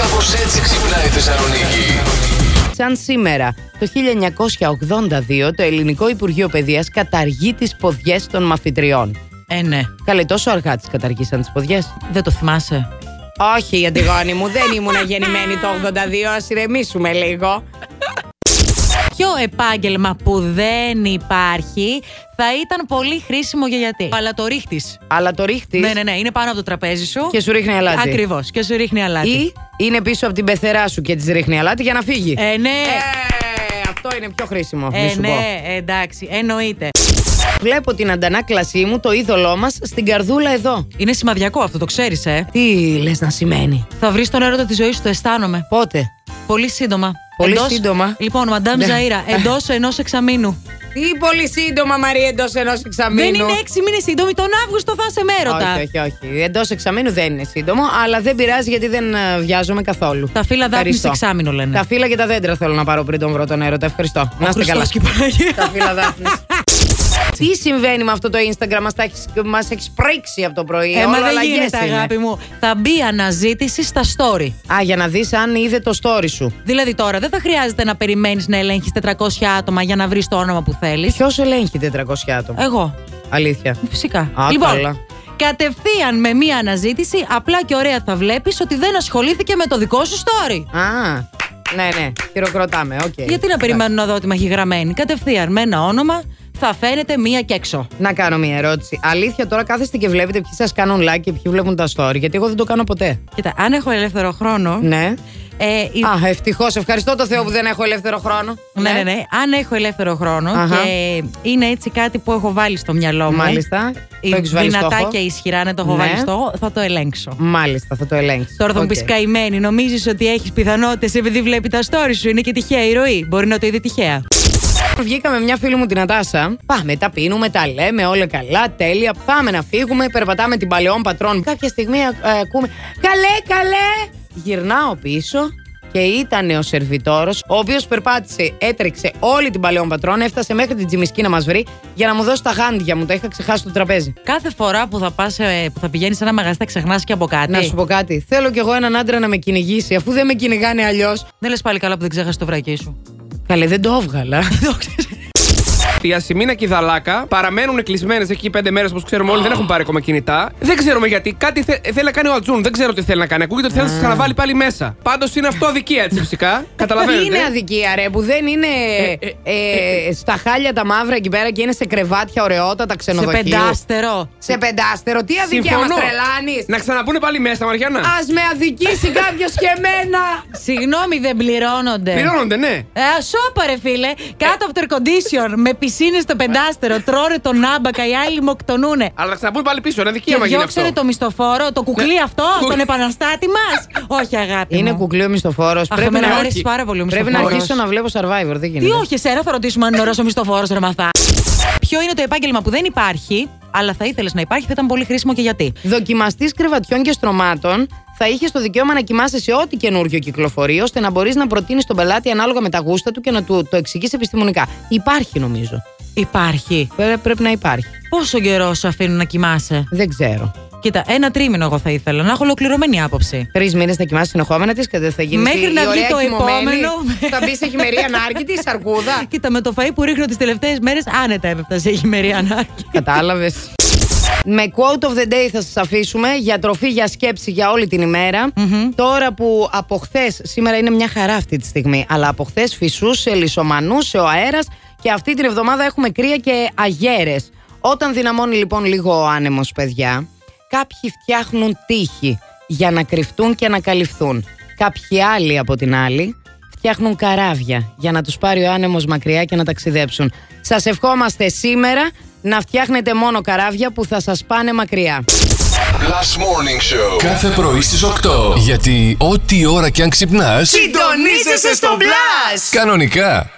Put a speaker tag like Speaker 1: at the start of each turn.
Speaker 1: Κάπως έτσι ξυπνάει η Θεσσαλονίκη.
Speaker 2: Σαν σήμερα, το 1982, το Ελληνικό Υπουργείο Παιδείας καταργεί τις ποδιές των μαθητριών.
Speaker 3: Ε, ναι.
Speaker 2: Καλέ, τόσο αργά τις καταργήσαν τις ποδιές.
Speaker 3: Δεν το θυμάσαι.
Speaker 2: Όχι, Αντιγόνη μου, δεν ήμουν γεννημένη το 82, ας ηρεμήσουμε λίγο.
Speaker 3: Ποιο επάγγελμα που δεν υπάρχει θα ήταν πολύ χρήσιμο για γιατί. Αλλά το ρίχτης.
Speaker 2: Αλλά το ρίχτης
Speaker 3: Ναι, ναι, ναι. Είναι πάνω από το τραπέζι σου.
Speaker 2: και σου ρίχνει αλάτι.
Speaker 3: Ακριβώς. Και σου ρίχνει αλάτι.
Speaker 2: Ή είναι πίσω από την πεθερά σου και της ρίχνει αλάτι για να φύγει.
Speaker 3: Ε, ναι.
Speaker 2: Ε, αυτό είναι πιο χρήσιμο, μη
Speaker 3: Ε,
Speaker 2: σου πω.
Speaker 3: ναι. Εντάξει. Εννοείται.
Speaker 2: Βλέπω την αντανάκλασή μου, το είδωλό μας, στην καρδούλα εδώ.
Speaker 3: Είναι σημαδιακό αυτό, το ξέρεις, ε.
Speaker 2: Τι λες να σημαίνει.
Speaker 3: Θα βρεις τον έρωτα της ζωής σου, το αισθάνομαι.
Speaker 2: Πότε.
Speaker 3: Πολύ σύντομα.
Speaker 2: Πολύ σύντομα.
Speaker 3: Λοιπόν, Μαντάμ
Speaker 2: Ναι.
Speaker 3: Ζαΐρα, εντός ενός εξαμήνου.
Speaker 2: Τι πολύ σύντομα, Μαρία, εντός ενός εξαμήνου.
Speaker 3: Δεν είναι έξι μήνες σύντομη, τον Αύγουστο θα είσαι με έρωτα.
Speaker 2: Όχι, όχι, όχι. Εντός εξαμήνου δεν είναι σύντομο, αλλά δεν πειράζει γιατί δεν ε, βιάζομαι καθόλου.
Speaker 3: Τα φύλλα δάφνης
Speaker 2: Ευχαριστώ.
Speaker 3: εξάμηνο λένε.
Speaker 2: Τα φύλλα και τα δέντρα θέλω να πάρω πριν τον βρω τον έρωτα. Ευχαριστώ. να είστε καλά.
Speaker 3: Χριστός και η Παναγία.
Speaker 2: τα φύλλα δάφνης. Τι συμβαίνει με αυτό το Instagram, μας έχεις, μας έχεις πρίξει από το πρωί.
Speaker 3: Ε, μα
Speaker 2: όλα
Speaker 3: δεν
Speaker 2: αλλαγές
Speaker 3: γίνεται,
Speaker 2: είναι.
Speaker 3: αγάπη μου. Θα μπει αναζήτηση στα story.
Speaker 2: Α, για να δεις αν είδε το story σου.
Speaker 3: Δηλαδή τώρα δεν θα χρειάζεται να περιμένεις να ελέγχεις 400 άτομα για να βρεις το όνομα που θέλεις.
Speaker 2: Ποιος ελέγχει 400 άτομα.
Speaker 3: Εγώ.
Speaker 2: Αλήθεια.
Speaker 3: Φυσικά.
Speaker 2: Α,
Speaker 3: λοιπόν,
Speaker 2: καλά.
Speaker 3: κατευθείαν με μία αναζήτηση, απλά και ωραία θα βλέπεις ότι δεν ασχολήθηκε με το δικό σου story.
Speaker 2: Α, ναι, ναι. Χειροκροτάμε. οκ.
Speaker 3: Γιατί να περιμένω να δω ότι μαγιγραμμένη. Κατευθείαν με ένα όνομα θα φαίνεται μία και έξω.
Speaker 2: Να κάνω μια ερώτηση. Αλήθεια, τώρα κάθεστε και βλέπετε ποιοι σας κάνουν like και ποιοι βλέπουν τα story. Γιατί εγώ δεν το κάνω ποτέ.
Speaker 3: Κοίτα, αν έχω ελεύθερο χρόνο.
Speaker 2: Ναι.
Speaker 3: Ε, η-
Speaker 2: Α, ευτυχώς. Ευχαριστώ το Θεό που δεν έχω ελεύθερο χρόνο.
Speaker 3: Ναι, ναι, ναι. Αν έχω ελεύθερο χρόνο
Speaker 2: Αχα.
Speaker 3: και είναι έτσι κάτι που έχω βάλει στο μυαλό μου.
Speaker 2: Μάλιστα.
Speaker 3: ναι. Η
Speaker 2: Το έχεις βάλει
Speaker 3: δυνατά
Speaker 2: στόχο.
Speaker 3: και ισχυρά να το έχω
Speaker 2: Ναι.
Speaker 3: βάλει στόχο, θα το ελέγξω.
Speaker 2: Μάλιστα, θα το ελέγξω.
Speaker 3: Τώρα θα μου πει
Speaker 2: Οκ.
Speaker 3: καημένη, νομίζεις ότι έχεις πιθανότητες επειδή βλέπει τα story σου. Είναι και τυχαία η ροή. Μπορεί να το είδε τυχαία.
Speaker 2: Βγήκαμε μια φίλη μου την Ατάσα. Πάμε, τα πίνουμε, τα λέμε, όλα καλά, τέλεια. Πάμε να φύγουμε, περπατάμε την παλαιόν πατρών. Κάποια στιγμή α- ε, ακούμε. Καλέ, καλέ! Γυρνάω πίσω και ήταν ο σερβιτόρος, ο οποίος περπάτησε, έτρεξε όλη την παλαιόν πατρών, έφτασε μέχρι την Τζιμισκή να μας βρει για να μου δώσει τα γάντια μου. Τα είχα ξεχάσει στο τραπέζι.
Speaker 3: Κάθε φορά που θα, πας, ε, που θα πηγαίνεις σε ένα μαγαζί, θα ξεχνάς και από κάτι.
Speaker 2: Να σου πω κάτι. Θέλω κι εγώ έναν άντρα να με κυνηγήσει, αφού δεν με κυνηγάνε αλλιώς.
Speaker 3: Δεν λες πάλι καλά που δεν ξέχασες το βρακί σου.
Speaker 2: Καλέ, δεν το έβγαλα.
Speaker 4: Η Ασημίνα και η Δαλάκα παραμένουν κλεισμένες εκεί πέντε μέρες, όπως ξέρουμε όλοι, δεν έχουν πάρει ακόμα κινητά. Δεν ξέρουμε γιατί. Κάτι θε- θέλει να κάνει ο Ατζούν. Δεν ξέρω τι θέλει να κάνει. Ακούγεται ότι θέλει να σας ξαναβάλει πάλι μέσα. Πάντως είναι αυτό αδικία έτσι φυσικά. Καταλαβαίνετε.
Speaker 2: Είναι αδικία, ρε, που δεν είναι ε, στα χάλια τα μαύρα εκεί πέρα και είναι σε κρεβάτια ωραιότατα
Speaker 3: σε
Speaker 2: ξενοδοχείου.
Speaker 3: πεντάστερο.
Speaker 2: Σε πεντάστερο. Τι αδικία μας
Speaker 4: Συμφωνώ. Ναι.
Speaker 2: τρελάνεις.
Speaker 4: Να ξαναπούνε πάλι μέσα, Μαριάννα.
Speaker 2: Ας με αδικήσει κάποιος και εμένα.
Speaker 3: Συγγνώμη, δεν πληρώνονται.
Speaker 4: Πληρώνονται, ναι.
Speaker 3: Ε, σώπα ρε φίλε, κάτω από το air condition, με πισίνες στο πεντάστερο, τρώνε τον άμπακα, οι άλλοι μοκτονούνε.
Speaker 4: Αλλά να ξαναπούνε πάλι πίσω. Είναι
Speaker 3: Και
Speaker 4: αδικία μα γίνει αυτό.
Speaker 3: διώξανε το μισθοφόρο, το κουκλί
Speaker 4: Ναι.
Speaker 3: αυτό,
Speaker 4: Κου-
Speaker 3: τον επαναστάτη μας. Όχι αγάπη
Speaker 2: Είναι
Speaker 3: μου.
Speaker 2: κουκλείο μισθοφόρο.
Speaker 3: Ε, Αχ, εμένα μου άρεσε πάρα πολύ ο
Speaker 2: πρέπει να
Speaker 3: μισθοφόρος.
Speaker 2: αρχίσω να βλέπω survivor. Δεν
Speaker 3: Τι
Speaker 2: γίνεται.
Speaker 3: όχι εσένα θα ρωτήσουμε αν είναι ωραίος ο μισθοφόρος ρε μαθά. Ποιο είναι το επάγγελμα που δεν υπάρχει, αλλά θα ήθελες να υπάρχει, θα ήταν πολύ χρήσιμο και γιατί.
Speaker 2: Δοκιμαστής κρεβατιών και στρωμάτων θα είχες το δικαίωμα να κοιμάσαι σε ό,τι καινούριο κυκλοφορεί, ώστε να μπορείς να προτείνεις τον πελάτη ανάλογα με τα γούστα του και να του το εξηγείς επιστημονικά. Υπάρχει νομίζω.
Speaker 3: Υπάρχει.
Speaker 2: Πρέ- Πρέπει να υπάρχει.
Speaker 3: Πόσο καιρό σου αφήνουν να κοιμάσαι.
Speaker 2: Δεν ξέρω.
Speaker 3: Κοίτα, ένα τρίμηνο εγώ θα ήθελα, να έχω ολοκληρωμένη άποψη.
Speaker 2: Τρεις μήνες θα κοιμάσαι συνεχόμενα της, κατά θα γίνει.
Speaker 3: Μέχρι να βγει το επόμενο.
Speaker 2: Θα μπει σε χειμερή ανάρκη τη, αρκούδα.
Speaker 3: Κοίτα, με το φαΐ που ρίχνω τις τελευταίες μέρες, άνετα έπεφτα σε χειμερή ανάγκη.
Speaker 2: Κατάλαβες. Με quote of the day θα σας αφήσουμε για τροφή, για σκέψη για όλη την ημερα Τώρα που από χθες, σήμερα είναι μια χαρά αυτή τη στιγμή, αλλά από χθες φυσούσε, λισομανούσε ο αέρας και αυτή την εβδομάδα έχουμε κρύα και αγέρες. Όταν δυναμώνει λοιπόν λίγο ο άνεμος παιδιά, κάποιοι φτιάχνουν τείχη για να κρυφτούν και να καλυφθούν. Κάποιοι άλλοι από την άλλη φτιάχνουν καράβια για να τους πάρει ο άνεμος μακριά και να ταξιδέψουν. Σας ευχόμαστε σήμερα να φτιάχνετε μόνο καράβια που θα σας πάνε μακριά.
Speaker 1: Last Morning Show.
Speaker 5: Κάθε πρωί στις 8. Γιατί ό,τι ώρα κι αν ξυπνάς,
Speaker 2: Συντονίζεσαι στο Blast!
Speaker 5: κανονικά.